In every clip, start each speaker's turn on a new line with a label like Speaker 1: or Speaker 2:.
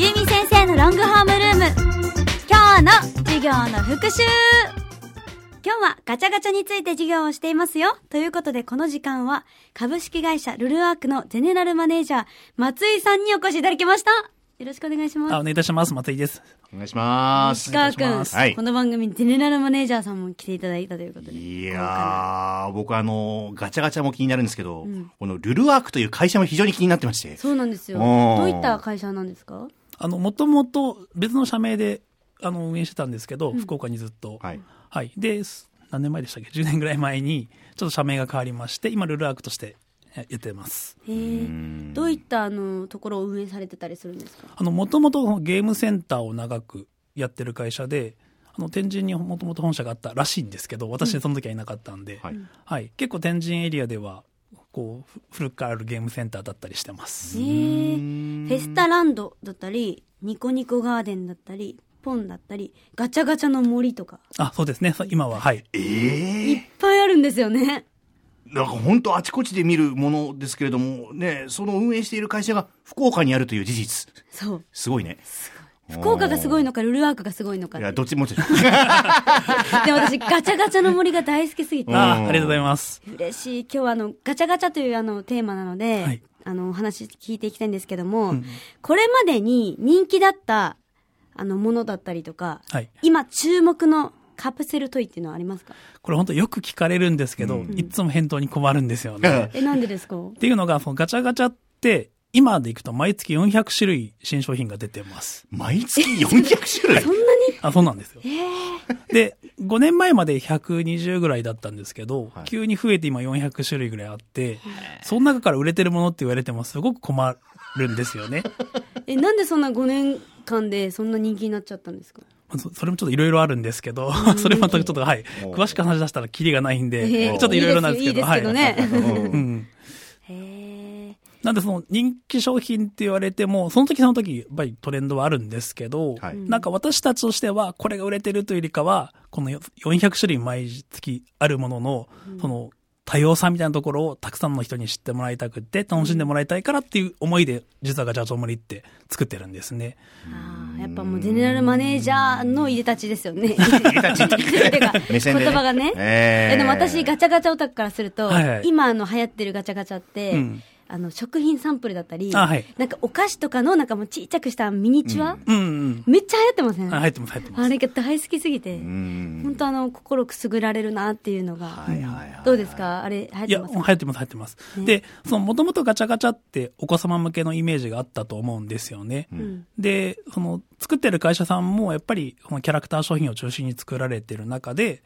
Speaker 1: ロングホームルーム今日の授業の復習今日はガチャガチャについて授業をしていますよということでこの時間は株式会社ルルアークのゼネラルマネージャー松井さんにお越しいただきましたよろしくお願いします
Speaker 2: あお願いいたします松井です
Speaker 3: お願いします
Speaker 1: 石。川
Speaker 2: お願いし
Speaker 1: 君、
Speaker 2: ま
Speaker 3: はい
Speaker 1: この番組ゼネラルマネージャーさんも来ていただいたということで
Speaker 3: いやー、僕あの、ガチャガチャも気になるんですけど、このルルワークという会社も非常に気になってまして。
Speaker 1: そうなんですよ
Speaker 3: おー
Speaker 1: どういった会社なんですか
Speaker 2: あのもともと別の社名であの運営してたんですけど、福岡にずっと
Speaker 3: はい
Speaker 2: はい、です何年前でしたっけ10年ぐらい前にちょっと社名が変わりまして今ルルアークとしてえやってます
Speaker 1: へーどういったあのところを運営されてたりするんですか
Speaker 2: あのもともとゲームセンターを長くやってる会社であの天神にもともと本社があったらしいんですけど私その時はいなかったんで、
Speaker 3: はい。
Speaker 2: はい、結構天神エリアではこうふ古くからあるゲームセンターだったりしてます
Speaker 1: へえフェスタランドだったりニコニコガーデンだったりポンだったりガチャガチャの森とか
Speaker 2: あそうですねそう今ははい
Speaker 3: ええ
Speaker 1: いっぱいあるんですよね
Speaker 3: なんか本当あちこちで見るものですけれども、ね、その運営している会社が福岡にあるという事実。
Speaker 1: そう
Speaker 3: すごいね。
Speaker 1: 福岡がすごいのかルルアークがすごいのか
Speaker 3: い
Speaker 1: って
Speaker 3: や、
Speaker 1: いう
Speaker 3: どっちもです。
Speaker 1: で私ガチャガチャの森が大好きすぎて
Speaker 2: あありがとうございます
Speaker 1: 嬉しい今日はあのガチャガチャというあのテーマなので、
Speaker 2: はい
Speaker 1: あのお話聞いていきたいんですけども、これまでに人気だったあのものだったりとか、
Speaker 2: はい
Speaker 1: 今注目のカプセルトイっていうのはありますか
Speaker 2: これ本当よく聞かれるんですけど、いつも返答に困るんですよね。
Speaker 1: えなんでですか
Speaker 2: っていうのが、そのガチャガチャって、今でいくと毎月400種類新商品が出てます。
Speaker 3: 毎月400種 類
Speaker 1: そんなに
Speaker 2: あ、そうなんですよ。で、5年前まで120ぐらいだったんですけど、
Speaker 3: はい
Speaker 2: 急に増えて今400種類ぐらいあって、その中から売れてるものって言われてもすごく困るんですよね。
Speaker 1: えなんでそんな5年間でそんな人気になっちゃったんですか
Speaker 2: そそれもちょっといろいろあるんですけど、 それまたちょっと、はい、
Speaker 3: おう
Speaker 2: 詳しく話し出したらキリがないんで、
Speaker 1: え
Speaker 2: ちょ
Speaker 1: ー
Speaker 2: っといろいろなんですけど、
Speaker 1: いいですよ
Speaker 2: は
Speaker 1: い
Speaker 2: い。
Speaker 1: いですけどね、
Speaker 2: うん
Speaker 1: へえ
Speaker 2: なんでその人気商品って言われても、その時その時、やっぱりトレンドはあるんですけど、
Speaker 3: はい
Speaker 2: なんか私たちとしては、これが売れてるというよりかは、この400種類毎月あるものの、その多様さみたいなところをたくさんの人に知ってもらいたくて、楽しんでもらいたいからっていう思いで、実はガチャチョモリって作ってるんですね。
Speaker 1: あーやっぱもうゼネラルマネージャーのいでたちですよね。いで
Speaker 3: たち
Speaker 1: たち っていうか
Speaker 3: 目線でね
Speaker 1: 言葉がね。
Speaker 3: えー
Speaker 1: えでも私ガチャガチャオタクからすると、
Speaker 2: はいはい
Speaker 1: 今あの流行ってるガチャガチャって、
Speaker 2: うん
Speaker 1: あの食品サンプルだったり、
Speaker 2: あはい
Speaker 1: なんかお菓子とかのなんかもうちっちゃくしたミニチュア、
Speaker 2: うんうん。
Speaker 1: めっちゃ流行ってません、
Speaker 2: あ入ってます、入ってます。
Speaker 1: あれが大好きすぎて、本当あの心くすぐられるなっていうのが、
Speaker 3: はいはいはい。
Speaker 1: どうですかあれ流行っ
Speaker 2: い
Speaker 1: て
Speaker 2: や、
Speaker 1: ま
Speaker 2: も
Speaker 1: す
Speaker 2: う流行ってます、流行ってます。で、その、もともとガチャガチャってお子様向けのイメージがあったと思うんですよね。で、その、作ってる会社さんも、やっぱり、このキャラクター商品を中心に作られてる中で、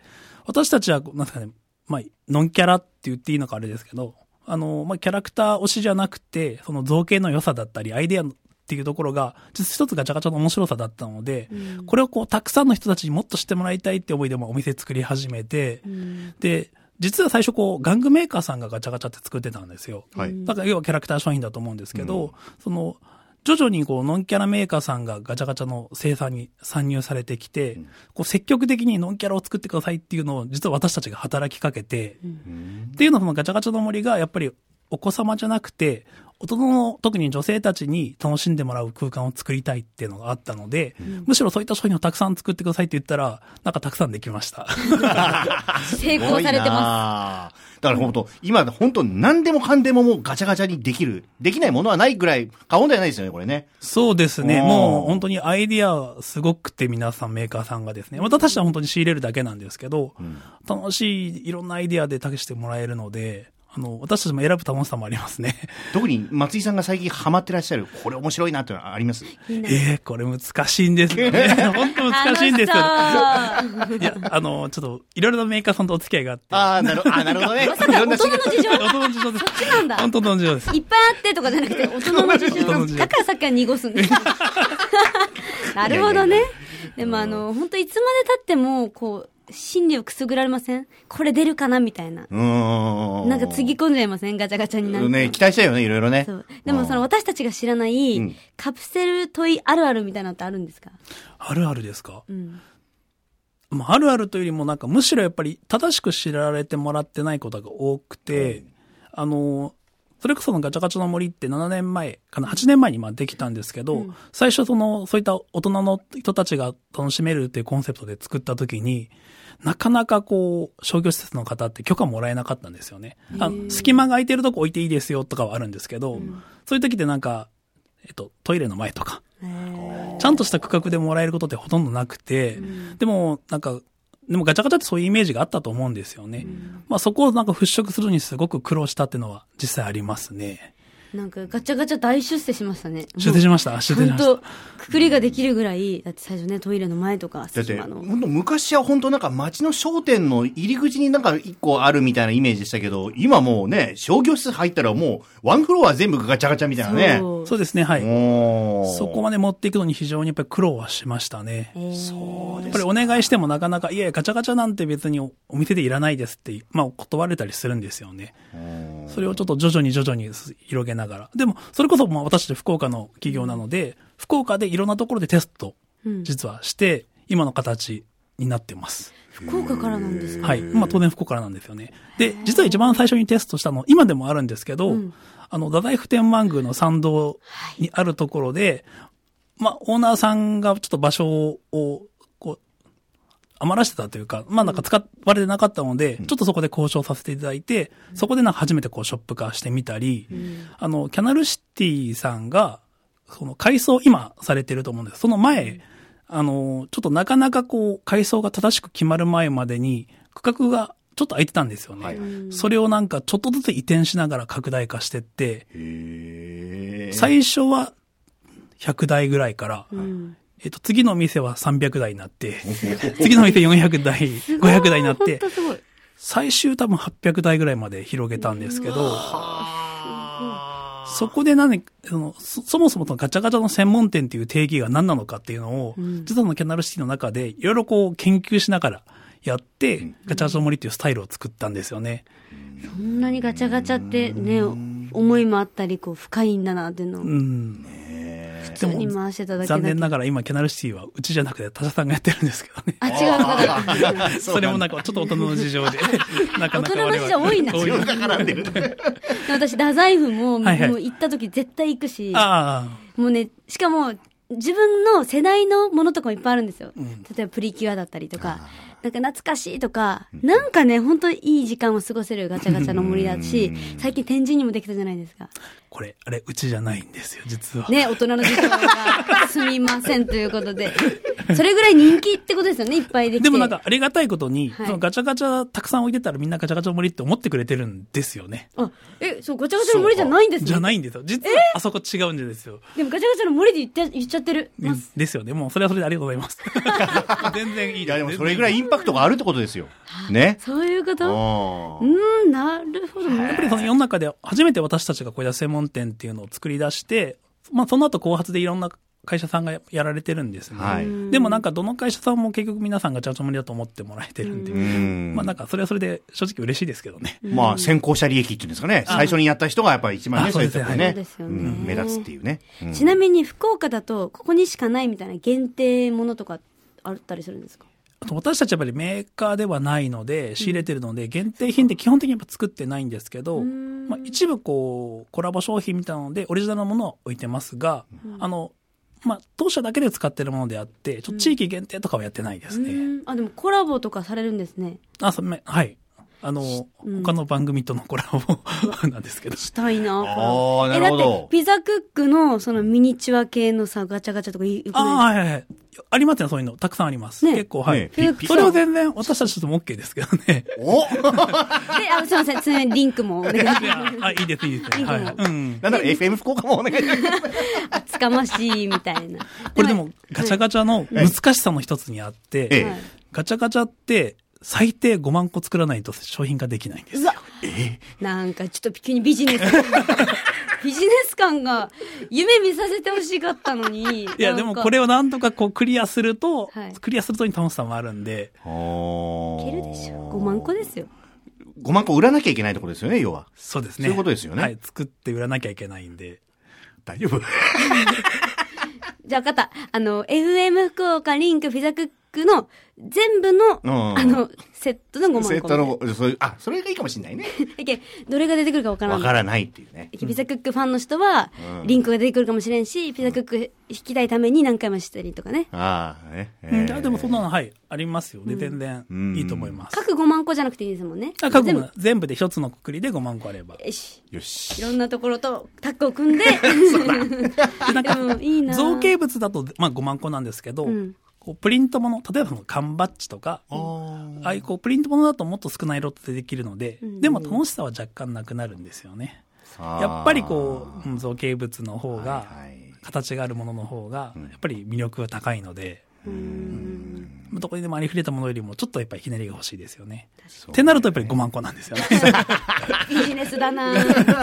Speaker 2: 私たちは、なんですかね、まあ、ノンキャラって言っていいのかあれですけど、あの、まあ、キャラクター推しじゃなくて、その造形の良さだったり、アイデアっていうところが、実は一つガチャガチャの面白さだったので、これをこう、たくさんの人たちにもっと知ってもらいたいって思いで、まあお店作り始めて、で、実は最初こう、玩具メーカーさんがガチャガチャって作ってたんですよ。
Speaker 3: はい
Speaker 2: だから要はキャラクター商品だと思うんですけど、その、徐々にこう、ノンキャラメーカーさんがガチャガチャの生産に参入されてきて、こう、積極的にノンキャラを作ってくださいっていうのを、実は私たちが働きかけて、っていうのはそのガチャガチャの森がやっぱりお子様じゃなくて、大人の、特に女性たちに楽しんでもらう空間を作りたいっていうのがあったので、むしろそういった商品をたくさん作ってくださいって言ったら、なんかたくさんできました。
Speaker 1: 成功されてます
Speaker 3: す。だから本当、今、本当何でもかんでももうガチャガチャにできる。できないものはないぐらい、過言ではないですよね、これね。
Speaker 2: そうですね。
Speaker 3: おー
Speaker 2: もう本当にアイディアすごくて皆さんメーカーさんがですね。私は本当に仕入れるだけなんですけど、楽しいいろんなアイディアで託してもらえるので、あの、私たちも選ぶ楽しさもありますね。
Speaker 3: 特に松井さんが最近ハマってらっしゃる、これ面白いなっていうのはあります
Speaker 2: ええこれ難しいんで すよね。本当難しいんですよ、ね。
Speaker 1: 楽しそう
Speaker 2: いや、あの、ちょっと、いろいろなメーカーさんとお付き合いがあって。
Speaker 3: ああ、なるあなるほどね。いろんな
Speaker 1: 大人の事情
Speaker 2: 大人の事情です。
Speaker 1: ちなんだ
Speaker 2: 本当の事情です。
Speaker 1: いっぱいあってとかじゃなくて、大人の事情
Speaker 2: 大人
Speaker 1: な
Speaker 2: の
Speaker 1: ん
Speaker 2: 事
Speaker 1: です。
Speaker 2: 情
Speaker 1: だからさっきは濁すんです。 なるほど
Speaker 3: いやいや
Speaker 1: ね
Speaker 3: いや。
Speaker 1: でもあの、本当いつまで経っても、こう、心理をくすぐられませんこれ出るかなみたいな。
Speaker 3: うーん。
Speaker 1: なんかつぎ込んじゃいませんガチャガチャになる。
Speaker 3: ね、期待したいよね、いろいろね。
Speaker 1: そう。でもその私たちが知らない、カプセルトイあるあるみたいなのってあるんですか
Speaker 2: あるあるですか
Speaker 1: うん。
Speaker 2: まあ、あるあるというよりもなんかむしろやっぱり正しく知られてもらってないことが多くて、あの、それこそのガチャガチャの森って7年前、かな、8年前にまあできたんですけど、
Speaker 1: うん
Speaker 2: 最初その、そういった大人の人たちが楽しめるっていうコンセプトで作った時に、なかなかこう、商業施設の方って許可もらえなかったんですよね。あ
Speaker 1: へえ
Speaker 2: 隙間が空いてるとこ置いていいですよとかはあるんですけど、そういう時ってなんか、えっと、トイレの前とか、
Speaker 1: へー
Speaker 2: ちゃんとした区画でもらえることってほとんどなくて、
Speaker 1: うん
Speaker 2: でも、なんか、でもガチャガチャってそういうイメージがあったと思うんですよね。
Speaker 1: ん
Speaker 2: まあそこをなんか払拭するにすごく苦労したっていうのは実際ありますね。
Speaker 1: なんかガチャガチャ大出世しましたね。
Speaker 2: 出店しました出
Speaker 1: ちゃ
Speaker 2: 店
Speaker 1: ん
Speaker 2: しました。
Speaker 1: とくくりができるぐらい、だって最初ね、トイレの前とか、
Speaker 3: だって、
Speaker 1: 隙間の。
Speaker 3: 本当昔は本当なんか街の商店の入り口になんか一個あるみたいなイメージでしたけど、今もうね、商業施設入ったらもうワンフロア全部ガチャガチャみたいなね。
Speaker 1: そう
Speaker 2: そうですね、はい。
Speaker 3: お
Speaker 2: そこまで持っていくのに非常にやっぱり苦労はしましたね。
Speaker 1: えー
Speaker 3: そう
Speaker 2: や
Speaker 3: で
Speaker 2: っ
Speaker 3: す
Speaker 2: ぱりお願いしてもなかなか、いやいやガチャガチャなんて別におお店でいらないですって、まあ断れたりするんですよね。それをちょっと徐々に徐々に広げながら。でも、それこそまあ私たち福岡の企業なので、福岡でいろんなところでテスト、
Speaker 1: うん
Speaker 2: 実はして、今の形になってます。
Speaker 1: 福岡からなんですか
Speaker 2: はい。まあ当然福岡からなんですよね。で、実は一番最初にテストしたの、今でもあるんですけど、
Speaker 1: うん
Speaker 2: あの、太宰府天満宮の参道にあるところで、まあオーナーさんがちょっと場所を、こう、余らしてたというか、まあなんか使われてなかったので、ちょっとそこで交渉させていただいて、そこでなんか初めてこうショップ化してみたり、あの、キャナルシティさんが、その改装今されてると思うんです。その前、あの、ちょっとなかなかこう、改装が正しく決まる前までに、区画がちょっと空いてたんですよね。
Speaker 3: はいはい
Speaker 2: それをなんかちょっとずつ移転しながら拡大化してって、
Speaker 3: へー
Speaker 2: 最初は100台ぐらいから、
Speaker 1: うん
Speaker 2: えっと、次の店は300台になって、次の店400台、500台になっ
Speaker 1: 本
Speaker 2: て
Speaker 1: 当、すごい。
Speaker 2: 最終多分800台ぐらいまで広げたんですけど、
Speaker 3: あー
Speaker 2: そこで何、そのそそもそもそのガチャガチャの専門店っていう定義が何なのかっていうのを、
Speaker 1: うん
Speaker 2: 実はそのキャナルシティの中でいろいろこう研究しながらやって、ガチャガチャの森っていうスタイルを作ったんですよね。
Speaker 1: そんなにガチャガチャってね、思いもあったり、こう、深いんだなっていうのを
Speaker 2: う、ん。
Speaker 1: 普通に回してただけだ
Speaker 2: 残
Speaker 1: け
Speaker 2: 念
Speaker 1: ど。
Speaker 2: ながら今キャナルシティはうちじゃなくて他社さんがやってるんですけどね。
Speaker 1: あ、違う 方が。
Speaker 2: それもなんかちょっと大人の事情で、なかな
Speaker 1: 大
Speaker 2: か
Speaker 1: 人の事情多いな
Speaker 3: 強が絡んでる。
Speaker 1: で私、太宰府も、
Speaker 2: はいはい
Speaker 1: もう行った時絶対行くし、
Speaker 2: あ
Speaker 1: もうね、しかも、自分の世代のものとかもいっぱいあるんですよ。例えばプリキュアだったりとか、なんか懐かしいとか、なんかね、本当にいい時間を過ごせるガチャガチャの森だし、最近展示にもできたじゃないですか。
Speaker 2: あ、これ、あれ、うちじゃないんですよ、実は。
Speaker 1: ね、大人の事情がすみませんということで。それぐらい人気ってことですよね、いっぱいできて。
Speaker 2: でもなんか、ありがたいことに、
Speaker 1: はい
Speaker 2: そのガチャガチャたくさん置いてたらみんなガチャガチャの森って思ってくれてるんですよね。
Speaker 1: あ、え、そう、ガチャガチャの森じゃないんですね
Speaker 2: じゃないんですよ。実はあそこ違うんですよ。
Speaker 1: でもガチャガチャの森で言って言っちゃってる。
Speaker 2: ねですよね。もうそれはそれでありがとうござ います。全然いい
Speaker 3: いや、でもそれぐらいインパクトがあるってことですよ。ね。
Speaker 1: そういうこ
Speaker 3: う
Speaker 1: とうんーん、なるほどね。
Speaker 2: やっぱりその世の中で初めて私たちがこういう専門店っていうのを作り出して、まあその後後発でいろんな会社さんがややられてるんですね。
Speaker 3: はい。う
Speaker 2: でもなんかどの会社さんも結局皆さんがちゃんと無理だと思ってもらえてるんで、
Speaker 3: ん
Speaker 2: まあなんかそれはそれで正直嬉しいですけどね。
Speaker 3: まあ、先行者利益っていうんですかね。最初にやった人がやっぱり一番ね、
Speaker 2: あ
Speaker 3: そういうとこ
Speaker 2: そう
Speaker 1: ですね
Speaker 3: ね
Speaker 1: そうです。
Speaker 3: う
Speaker 1: よね
Speaker 3: ん目立つっていうね。うん
Speaker 1: ちなみに福岡だと、ここにしかないみたいな限定ものとかあったりするんですか
Speaker 2: あと私たちやっぱりメーカーではないので、仕入れてるので、限定品って基本的にやっぱ作ってないんですけど、
Speaker 1: ん
Speaker 2: まあ、一部こう、コラボ商品みたいなので、オリジナルのものを置いてますが、あの、まあ、当社だけで使ってるものであって、ちょっと地域限定とかはやってないです
Speaker 1: う
Speaker 2: ね。
Speaker 1: ーんあ、でもコラボとかされるんですね。
Speaker 2: あ、そうめはい。あの、他の番組とのコラボ なんですけど。
Speaker 1: したいな
Speaker 3: あー
Speaker 1: え
Speaker 3: なるほど
Speaker 1: だって、ピザクックのそのミニチュア系のさ、ガチャガチャとかいいく
Speaker 2: あ
Speaker 1: な
Speaker 2: あ、
Speaker 1: い
Speaker 2: はいはいはい。ありますね、そういうの。たくさんあります。
Speaker 1: ね
Speaker 2: 結構、はい。
Speaker 3: ね
Speaker 1: ピザクック
Speaker 2: それは全然私たちとも OK ですけどね。
Speaker 3: お
Speaker 1: であすいません、すいません、リンクもお願いし
Speaker 2: い
Speaker 1: ま
Speaker 2: や、あ、いいです、いいです。 はい。うん。
Speaker 3: なんだろ、FM 福岡もお願いし ます。
Speaker 1: す。つかましいみたいな。
Speaker 2: これでも、ガチャガチャの難しさの一つにあって、
Speaker 3: え
Speaker 1: はい
Speaker 2: ガチャガチャって最低5万個作らないと商品化できないんです。
Speaker 1: うわなんかちょっと急にビジネス 感がビジネス感が夢見させてほしかったのに。
Speaker 2: いや、
Speaker 1: なん
Speaker 2: で
Speaker 1: か
Speaker 2: もこれをなんとかこうクリアすると、
Speaker 1: はい
Speaker 2: クリアするとに楽しさもあるんで、
Speaker 1: い
Speaker 3: け
Speaker 1: けるでしょ。5万個ですよ。
Speaker 3: 5万個売らなきゃいけないところですよね、要は。
Speaker 2: そうですね。
Speaker 3: そういうことですよね
Speaker 2: はい、作って売らなきゃいけないんで。
Speaker 3: 大丈夫
Speaker 1: じゃあ分かった。あの、FM 福岡リンクフィザクックの全部の、
Speaker 3: うん
Speaker 1: あの、セットの5万個みた
Speaker 3: セ
Speaker 1: いな。
Speaker 3: ットの、そういう あ、それがいいかもしれな いね。
Speaker 1: だけどどれが出てくるかわから
Speaker 3: わ
Speaker 1: ん。
Speaker 3: からないっていうね。
Speaker 1: ピザクックファンの人は、
Speaker 3: うん
Speaker 1: リンクが出てくるかもしれんし、ピザクック引きたいために何回もしたりとかね。
Speaker 3: ああ、ね。え
Speaker 2: うん
Speaker 3: ー
Speaker 2: あでもそんなの、はい、ありますよね。全然
Speaker 3: うん
Speaker 2: いいと思います。
Speaker 1: 各5万個じゃなくていいですもんね。
Speaker 2: あ各
Speaker 1: 全
Speaker 2: 国
Speaker 1: 部。
Speaker 2: 全部で一つのくくりで5万個あれば。
Speaker 1: よし。
Speaker 3: よ
Speaker 1: い
Speaker 3: し。
Speaker 1: ろんなところとタッグを組ん で。でもいいな
Speaker 2: 造形物だと、まあ、5万個なんですけど、
Speaker 1: うん
Speaker 2: こうプリントもの、例えばその缶バッジとか、
Speaker 3: あー
Speaker 2: ああいうこうプリントものだともっと少ないロットでできるので、でも楽しさは若干なくなるんですよね。やっぱりこううん、造形物の方が、
Speaker 3: はいはい
Speaker 2: 形があるものの方が、やっぱり魅力が高いので、どこにでもありふれたものよりも、ちょっとやっぱりひねりが欲しいですよね。ってなるとやっぱり5万個なんですよね。
Speaker 1: ビジネスだ なえ松井さん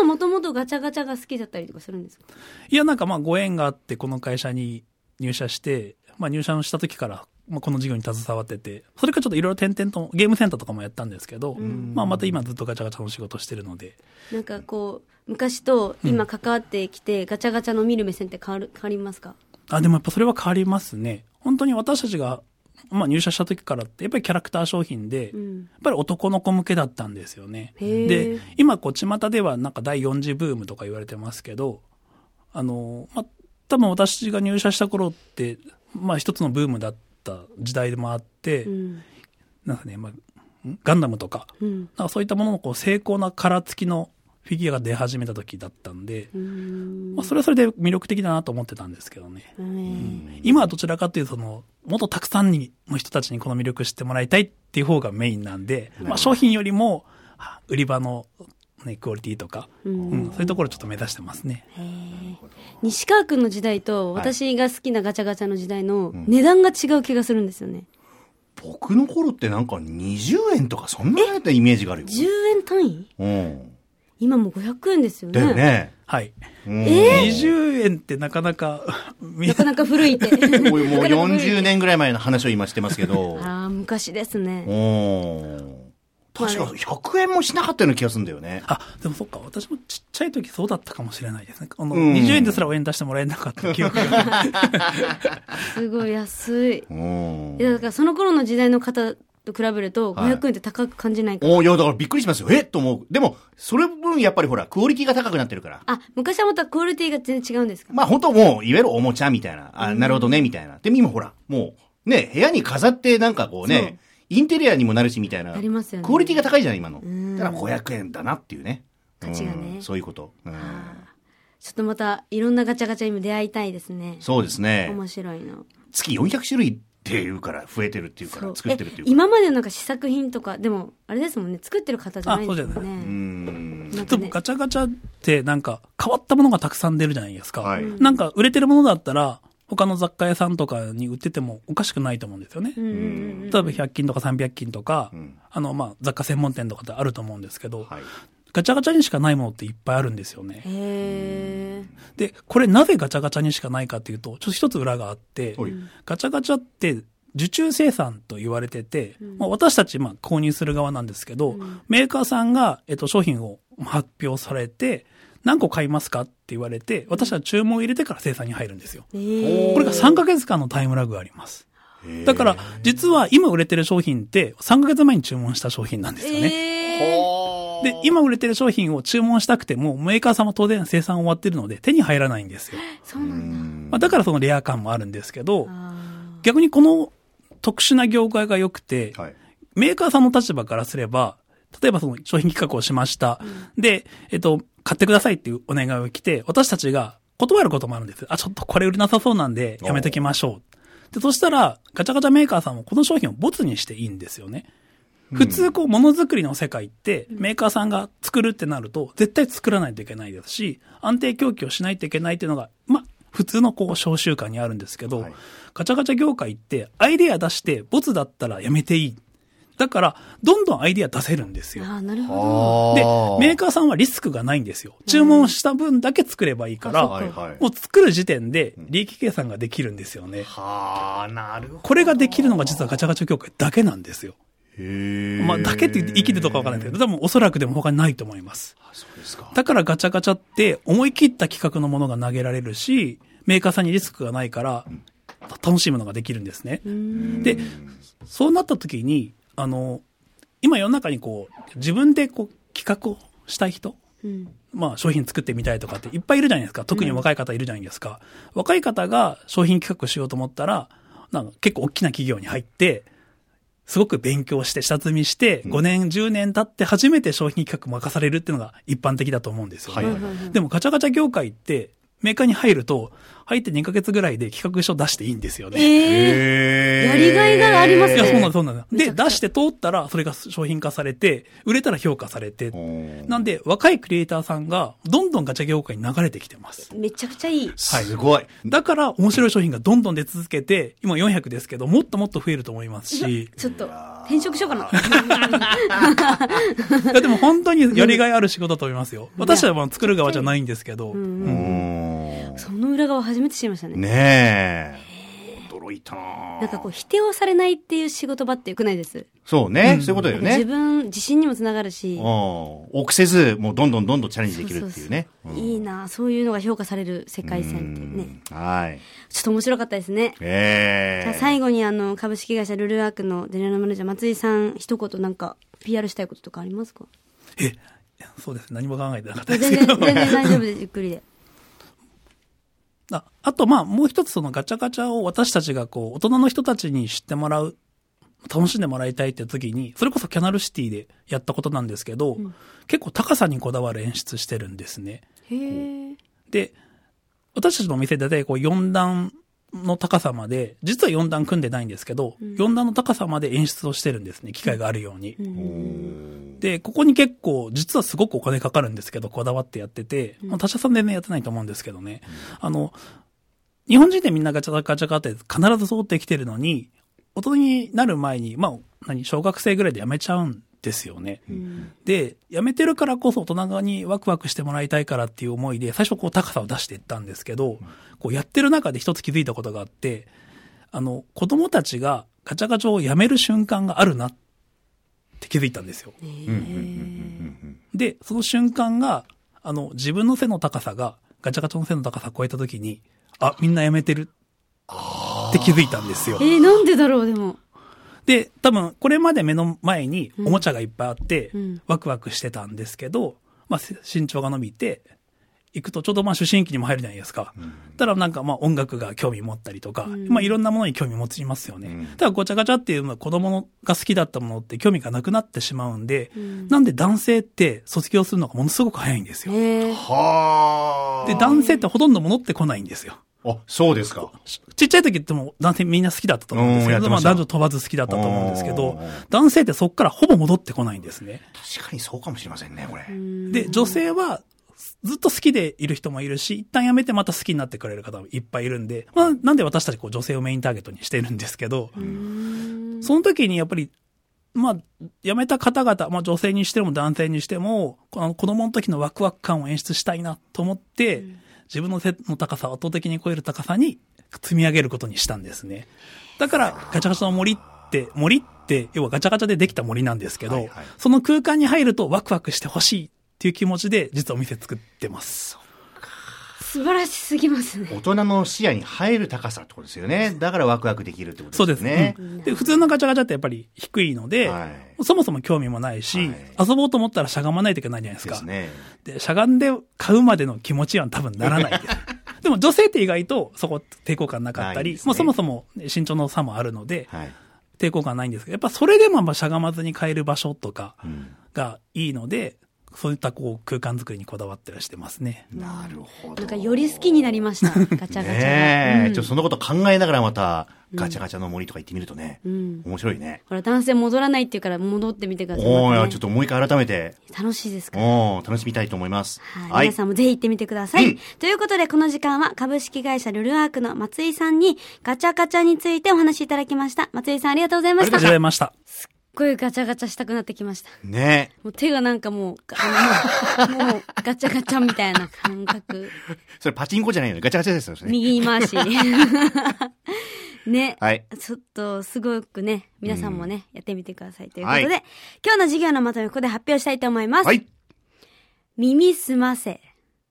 Speaker 1: はもともとガチャガチャが好きだったりとかするんですか
Speaker 2: いや、なんかまあご縁があって、この会社に入社して、まあ入社した時から、まあこの事業に携わってて、それからちょっといろいろ点々と、ゲームセンターとかもやったんですけど、まあまた今ずっとガチャガチャの仕事してるので、
Speaker 1: なんかこう、昔と今関わってきて、ガチャガチャの見る目線って変わる、変わりますか
Speaker 2: あ、でもやっぱそれは変わりますね。本当に私たちが、まあ入社した時からって、やっぱりキャラクター商品で、
Speaker 1: ん
Speaker 2: やっぱり男の子向けだったんですよね。
Speaker 1: へー
Speaker 2: で、今こう巷ではなんか第4次ブームとか言われてますけど、あの、まあ、多分私が入社した頃って、まあ一つのブームだった時代でもあって、
Speaker 1: うん。
Speaker 2: なんかね、まあ、んガンダムとか、
Speaker 1: うん。
Speaker 2: なんかそういったもののこう精巧な殻付きのフィギュアが出始めた時だったんで、
Speaker 1: うん。
Speaker 2: まあそれはそれで魅力的だなと思ってたんですけどね。今はどちらかというとその、もっとたくさんにの人たちにこの魅力知ってもらいたいっていう方がメインなんで、まあ、商品よりもあ売り場の、ね、クオリティとか、うんそういうところちょっと目指してますね。
Speaker 1: 西川君の時代と私が好きなガチャガチャの時代の値段が違う気がするんですよね。
Speaker 3: 僕の頃ってなんか20円とかそんなやったイメージがあるよ。
Speaker 1: 10円単位
Speaker 3: うん。
Speaker 1: 今もう500円ですよ
Speaker 3: だ
Speaker 1: ね。
Speaker 3: よね。
Speaker 2: はい。
Speaker 3: うん
Speaker 2: 20円ってなか なか、み
Speaker 1: なかなか古いって。
Speaker 3: もうもう
Speaker 1: なかなか古い
Speaker 3: 40年ぐらい前の話を今してます けど。
Speaker 1: ああ、昔です
Speaker 3: う
Speaker 1: ね。
Speaker 3: ん。確か100円もしなかったような気がするんだよね。
Speaker 2: あ、でもそっか、私もちっちゃい時そうだったかもしれないですね。あの、
Speaker 3: うん
Speaker 2: 20円ですら応援出してもらえなかった記 憶が。
Speaker 1: すごい安い。
Speaker 3: うん
Speaker 1: い。やだからその頃の時代の方と比べると
Speaker 3: はい
Speaker 1: 500円って高く感じないから。
Speaker 3: おいや、だからびっくりしますよ。えっと思う。でも、それ分やっぱりほら、クオリティが高くなってるから。
Speaker 1: あ、昔はまたクオリティが全然違うんですか
Speaker 3: まあ本当もう、いわゆるおもちゃみたいな。あ、なるほどね、みたいな。でも今ほら、もう、ね、部屋に飾ってなんかこうね、インテリアにもなるしみたいな。
Speaker 1: なりますよね
Speaker 3: クオリティが高いじゃない、今の
Speaker 1: ん。
Speaker 3: だから500円だなっていうね。
Speaker 1: 価値がね
Speaker 3: うんそういうこと。うん
Speaker 1: ちょっとまたいろんなガチャガチャにも出会いたいですね。
Speaker 3: そうですね。
Speaker 1: 面白いの。
Speaker 3: 月400種類っていうから、増えてるっていうから、作ってるっていうから。
Speaker 1: 今までのなんか試作品とか、でも、あれですもんね、作ってる方じゃないです
Speaker 2: あ
Speaker 1: も
Speaker 2: そうんじゃ
Speaker 1: ね。
Speaker 3: うん。
Speaker 1: なん
Speaker 2: で
Speaker 1: か
Speaker 2: も
Speaker 1: ね
Speaker 2: ガチャガチャってなんか変わったものがたくさん出るじゃないですか。
Speaker 3: はい
Speaker 2: なんか売れてるものだったら、他の雑貨屋さんとかに売っててもおかしくないと思うんですよね。
Speaker 1: うんうんうん
Speaker 2: 例えば100均とか300均とか、
Speaker 3: ん
Speaker 2: あの、まあ、雑貨専門店とかってあると思うんですけど、
Speaker 3: はい。
Speaker 2: ガチャガチャにしかないものっていっぱいあるんですよね。
Speaker 1: へえ。
Speaker 2: で、これなぜガチャガチャにしかないかっていうと、ちょっと一つ裏があって
Speaker 3: はい、
Speaker 2: ガチャガチャって受注生産と言われてて、まあ、私たちまあ購入する側なんですけど、メーカーさんが、えっと、商品を発表されて、何個買いますかって言われて、私は注文を入れてから生産に入るんですよ。
Speaker 1: へえ
Speaker 2: これが3ヶ月間のタイムラグがあります。だから、実は今売れてる商品って3ヶ月前に注文した商品なんですよね。
Speaker 1: へえ。
Speaker 2: で、今売れてる商品を注文したくても、メーカーさんも当然生産終わってるので手に入らないんですよ。
Speaker 1: そうなんだ。
Speaker 2: まあ、だからそのレア感もあるんですけど、
Speaker 1: あ
Speaker 2: 逆にこの特殊な業界が良くて、
Speaker 3: はい。
Speaker 2: メーカーさんの立場からすれば、例えばその商品企画をしました。で、えっと、買ってくださいっていうお願いを来て、私たちが断ることもあるんです。あ、ちょっとこれ売れなさそうなんで、やめときましょう。で、そしたら、ガチャガチャメーカーさんもこの商品をボツにしていいんですよね。普通こう、ものづくりの世界って、メーカーさんが作るってなると、絶対作らないといけないですし、安定供給をしないといけないっていうのが、まあ、普通のこう、商習慣にあるんですけど、
Speaker 3: はい
Speaker 2: ガチャガチャ業界って、アイデア出して、ボツだったらやめていい。だから、どんどんアイデア出せるんで
Speaker 1: ー
Speaker 2: すよ。
Speaker 1: あー、なるほ
Speaker 2: で、
Speaker 3: あ
Speaker 2: メーカーさんはリスクがないんですよ。注文した分だけ作ればいいから、
Speaker 3: はいはい。
Speaker 2: もう作る時点で利益計算ができるんですよね。
Speaker 3: はあ、なるほど。
Speaker 2: これができるのが実はガチャガチャ業界だけなんですよ。
Speaker 3: へえ。
Speaker 2: まあ、だけって言って生きてとかわからないけど、多分おそらくでも他にないと思います。
Speaker 3: あそうですか。
Speaker 2: だからガチャガチャって思い切った企画のものが投げられるし、メーカーさんにリスクがないから、楽しむのができるんですね。
Speaker 1: うん
Speaker 2: で、そうなった時に、あの、今世の中にこう、自分でこう、企画をしたい人、
Speaker 1: うん
Speaker 2: まあ、商品作ってみたいとかっていっぱいいるじゃないですか。特に若い方いるじゃないですか。若い方が商品企画しようと思ったら、なんか結構大きな企業に入って、すごく勉強して、下積みして、5年、10年経って初めて商品企画任されるっていうのが一般的だと思うんですよね、
Speaker 3: はいはいはい
Speaker 2: でもガチャガチャ業界って、メーカーに入ると、入って2ヶ月ぐらいで企画書出していいんですよね。
Speaker 1: ええ
Speaker 3: へー
Speaker 1: やりがいがあります
Speaker 2: い
Speaker 1: ね
Speaker 2: や、そうなんです、そうなんです。
Speaker 1: めち
Speaker 2: で、
Speaker 1: ゃくちゃ
Speaker 2: 出して通ったら、それが商品化されて、売れたら評価されて。
Speaker 3: うん
Speaker 2: なんで、若いクリエイターさんが、どんどんガチャ業界に流れてきてます。
Speaker 1: めちゃくちゃいい。、
Speaker 3: すごい。
Speaker 2: だから、面白い商品がどんどん出続けて、今400ですけど、もっともっと増えると思いますし
Speaker 1: ちょっと、転職しようかな。
Speaker 2: いや、でも本当にやりがいある仕事だと思いますよ。私はまあ作る側じゃないんですけど、
Speaker 3: う
Speaker 2: うん
Speaker 3: ん
Speaker 1: その裏側初めて知りましたね。
Speaker 3: ねえ。驚いたな
Speaker 1: なんかこう、否定をされないっていう仕事場ってよくないです。
Speaker 3: そうね、そういうことだよ
Speaker 1: 自
Speaker 3: ね。
Speaker 1: 分、自信にもつながるし
Speaker 3: うん。、臆せず、もうどんどんどんどんチャレンジできるっていうね。
Speaker 1: そうそうそういいなそういうのが評価される世界線っていうね。
Speaker 3: うんはい。
Speaker 1: ちょっと面白かったですね。
Speaker 3: え
Speaker 1: じゃあ
Speaker 3: え。
Speaker 1: 最後にあの、株式会社ルルワークのゼネラルマネージャー松井さん、一言なんか、PR したいこととかあり ますか
Speaker 2: え、そうです。何も考えてなかった
Speaker 1: 全
Speaker 2: で
Speaker 1: 然、
Speaker 2: すけど。
Speaker 1: 全然大丈夫です。ゆっくりで。
Speaker 2: ああと、まあ、もう一つそのガチャガチャを私たちがこう、大人の人たちに知ってもらう、楽しんでもらいたいって時に、それこそキャナルシティでやったことなんですけど、結構高さにこだわる演出してるんですね。
Speaker 1: へえ。
Speaker 2: で、私たちのお店で大体こう4段の高さまで、実は4段組んでないんですけど、4段の高さまで演出をしてるんですね、機会があるように。で、ここに結構、実はすごくお金かかるんですけど、こだわってやってて、まあ他社さんでね、やってないと思うんですけどね。あの、日本人でみんなガチャガチャガチャって必ず通ってきてるのに、大人になる前に、まあ、何、小学生ぐらいで辞めちゃうんですよね。で、辞めてるからこそ大人側にワクワクしてもらいたいからっていう思いで、最初こう高さを出していったんですけど、こうやってる中で一つ気づいたことがあって、あの、子供たちがガチャガチャをやめる瞬間があるなって気づいたんですよ。で、その瞬間が、あの、自分の背の高さが、ガチャガチャの背の高さを超えた時に、あ、みんなやめてるって気づいたんですよ。
Speaker 1: えー、なんでだろう、でも。
Speaker 2: で、多分、これまで目の前におもちゃがいっぱいあって
Speaker 1: うん、
Speaker 2: ワクワクしてたんですけど、まあ、せ身長が伸びて、行くとちょうどまあ、思春期にも入るじゃないですか。ただなんかまあ、音楽が興味持ったりとか、まあ、いろんなものに興味持ちますよね。ただ、ごちゃごちゃっていうのは子供が好きだったものって興味がなくなってしまうんで、なんで男性って卒業するのがものすごく早いんですよ。
Speaker 1: へえ。
Speaker 3: は
Speaker 2: で、男性ってほとんど戻ってこないんですよ。
Speaker 3: あ。あ、そうですか。
Speaker 2: ちっちゃい時ってもう男性みんな好きだったと思うんです
Speaker 3: うん
Speaker 2: け
Speaker 3: やって
Speaker 2: ど、
Speaker 3: ま
Speaker 2: ま
Speaker 3: し
Speaker 2: あ
Speaker 3: た
Speaker 2: 男女問わず好きだったと思うんですけ
Speaker 3: うん
Speaker 2: ど、男性ってそこからほぼ戻ってこないんですね。
Speaker 3: 確かにそうかもしれませんね、これ。
Speaker 2: で、女性はずっと好きでいる人もいるし、一旦やめてまた好きになってくれる方もいっぱいいるんで、まあなんで私たちこう女性をメインターゲットにしてるんですけど、その時にやっぱり、まあ、辞めた方々、まあ女性にしても男性にしても、この子供の時のワクワク感を演出したいなと思って、自分の背の高さを圧倒的に超える高さに積み上げることにしたんですね。だから、ガチャガチャの森って、森って、要はガチャガチャでできた森なんですけど、
Speaker 3: はいはい
Speaker 2: その空間に入るとワクワクしてほしいっていう気持ちで、実はお店作ってます。
Speaker 1: 素晴らしすぎますね。
Speaker 3: 大人の視野に入る高さってことですよね。だからワクワクできるってこ
Speaker 2: そ
Speaker 3: と
Speaker 2: う
Speaker 3: で
Speaker 2: ですす
Speaker 3: ね
Speaker 2: ね。。うんで、普通のガチャガチャってやっぱり低いので、
Speaker 3: はい
Speaker 2: そもそも興味もないし、
Speaker 3: は
Speaker 2: 遊ぼうと思ったらしゃがまないといけないじゃないです
Speaker 3: で
Speaker 2: か。
Speaker 3: すね。
Speaker 2: で、しゃがんで買うまでの気持ちは多分ならない です。でも女性って意外とそこ抵抗感なかった
Speaker 3: ない
Speaker 2: り、
Speaker 3: ですね
Speaker 2: もうそもそも身長の差もあるので、
Speaker 3: はい。
Speaker 2: 抵抗感ないんですけど、やっぱそれでもまあしゃがまずに変える場所とか
Speaker 3: ん
Speaker 2: がいいので、そういったこう空間作りにこだわってらしてますね。
Speaker 3: なるほ
Speaker 1: な
Speaker 3: ど。
Speaker 1: んかより好きになりました。ガチャガチャが。
Speaker 3: ねえ、
Speaker 1: うん
Speaker 3: ちょっとそのこと考えながらまた、ガチャガチャの森とか行ってみるとね、
Speaker 1: ん
Speaker 3: 面白いね。
Speaker 1: ほら、男性戻らないっていうから戻ってみてください。
Speaker 3: お
Speaker 1: また
Speaker 3: ー
Speaker 1: ね
Speaker 3: ちょっともう一回改めて、
Speaker 1: 楽しいですから。
Speaker 3: おー楽しみたいと思います。
Speaker 1: はい、皆さんもぜひ行ってみてください。
Speaker 3: うん
Speaker 1: ということで、この時間は株式会社ルルアークの松井さんにガチャガチャについてお話しいただきました。松井さんありがとうござい
Speaker 2: あ
Speaker 1: ま
Speaker 2: り
Speaker 1: し
Speaker 2: がとう
Speaker 1: た。
Speaker 2: ござい
Speaker 1: す
Speaker 2: ました。
Speaker 1: っごいガチャガチャしたくなってきました。
Speaker 3: ね
Speaker 1: もう手がなんかもう、あのもう、もうガチャガチャみたいな感覚。
Speaker 3: え。それパチンコじゃないのガチャガチャですよね。
Speaker 1: 右に回し。ね。
Speaker 3: はい。
Speaker 1: ちょっと、すごくね、皆さんもね、やってみてください。ということで、
Speaker 3: は
Speaker 1: 今日の授業のまとめをここで発表したいと思います。
Speaker 3: はい。
Speaker 1: 耳すませ、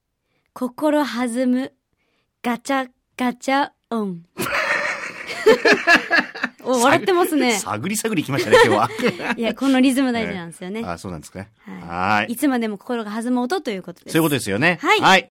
Speaker 1: 心弾む、ガチャガチャ音。お笑ってますね。
Speaker 3: 探り探り来ましたね、今日は。
Speaker 1: いや、このリズム大 事なんですよね。
Speaker 3: あ、そうなんですかね。
Speaker 1: い
Speaker 3: はーい。
Speaker 1: いつまでも心が弾む音ということです。
Speaker 3: そういうことですよね。
Speaker 1: はい
Speaker 3: はい。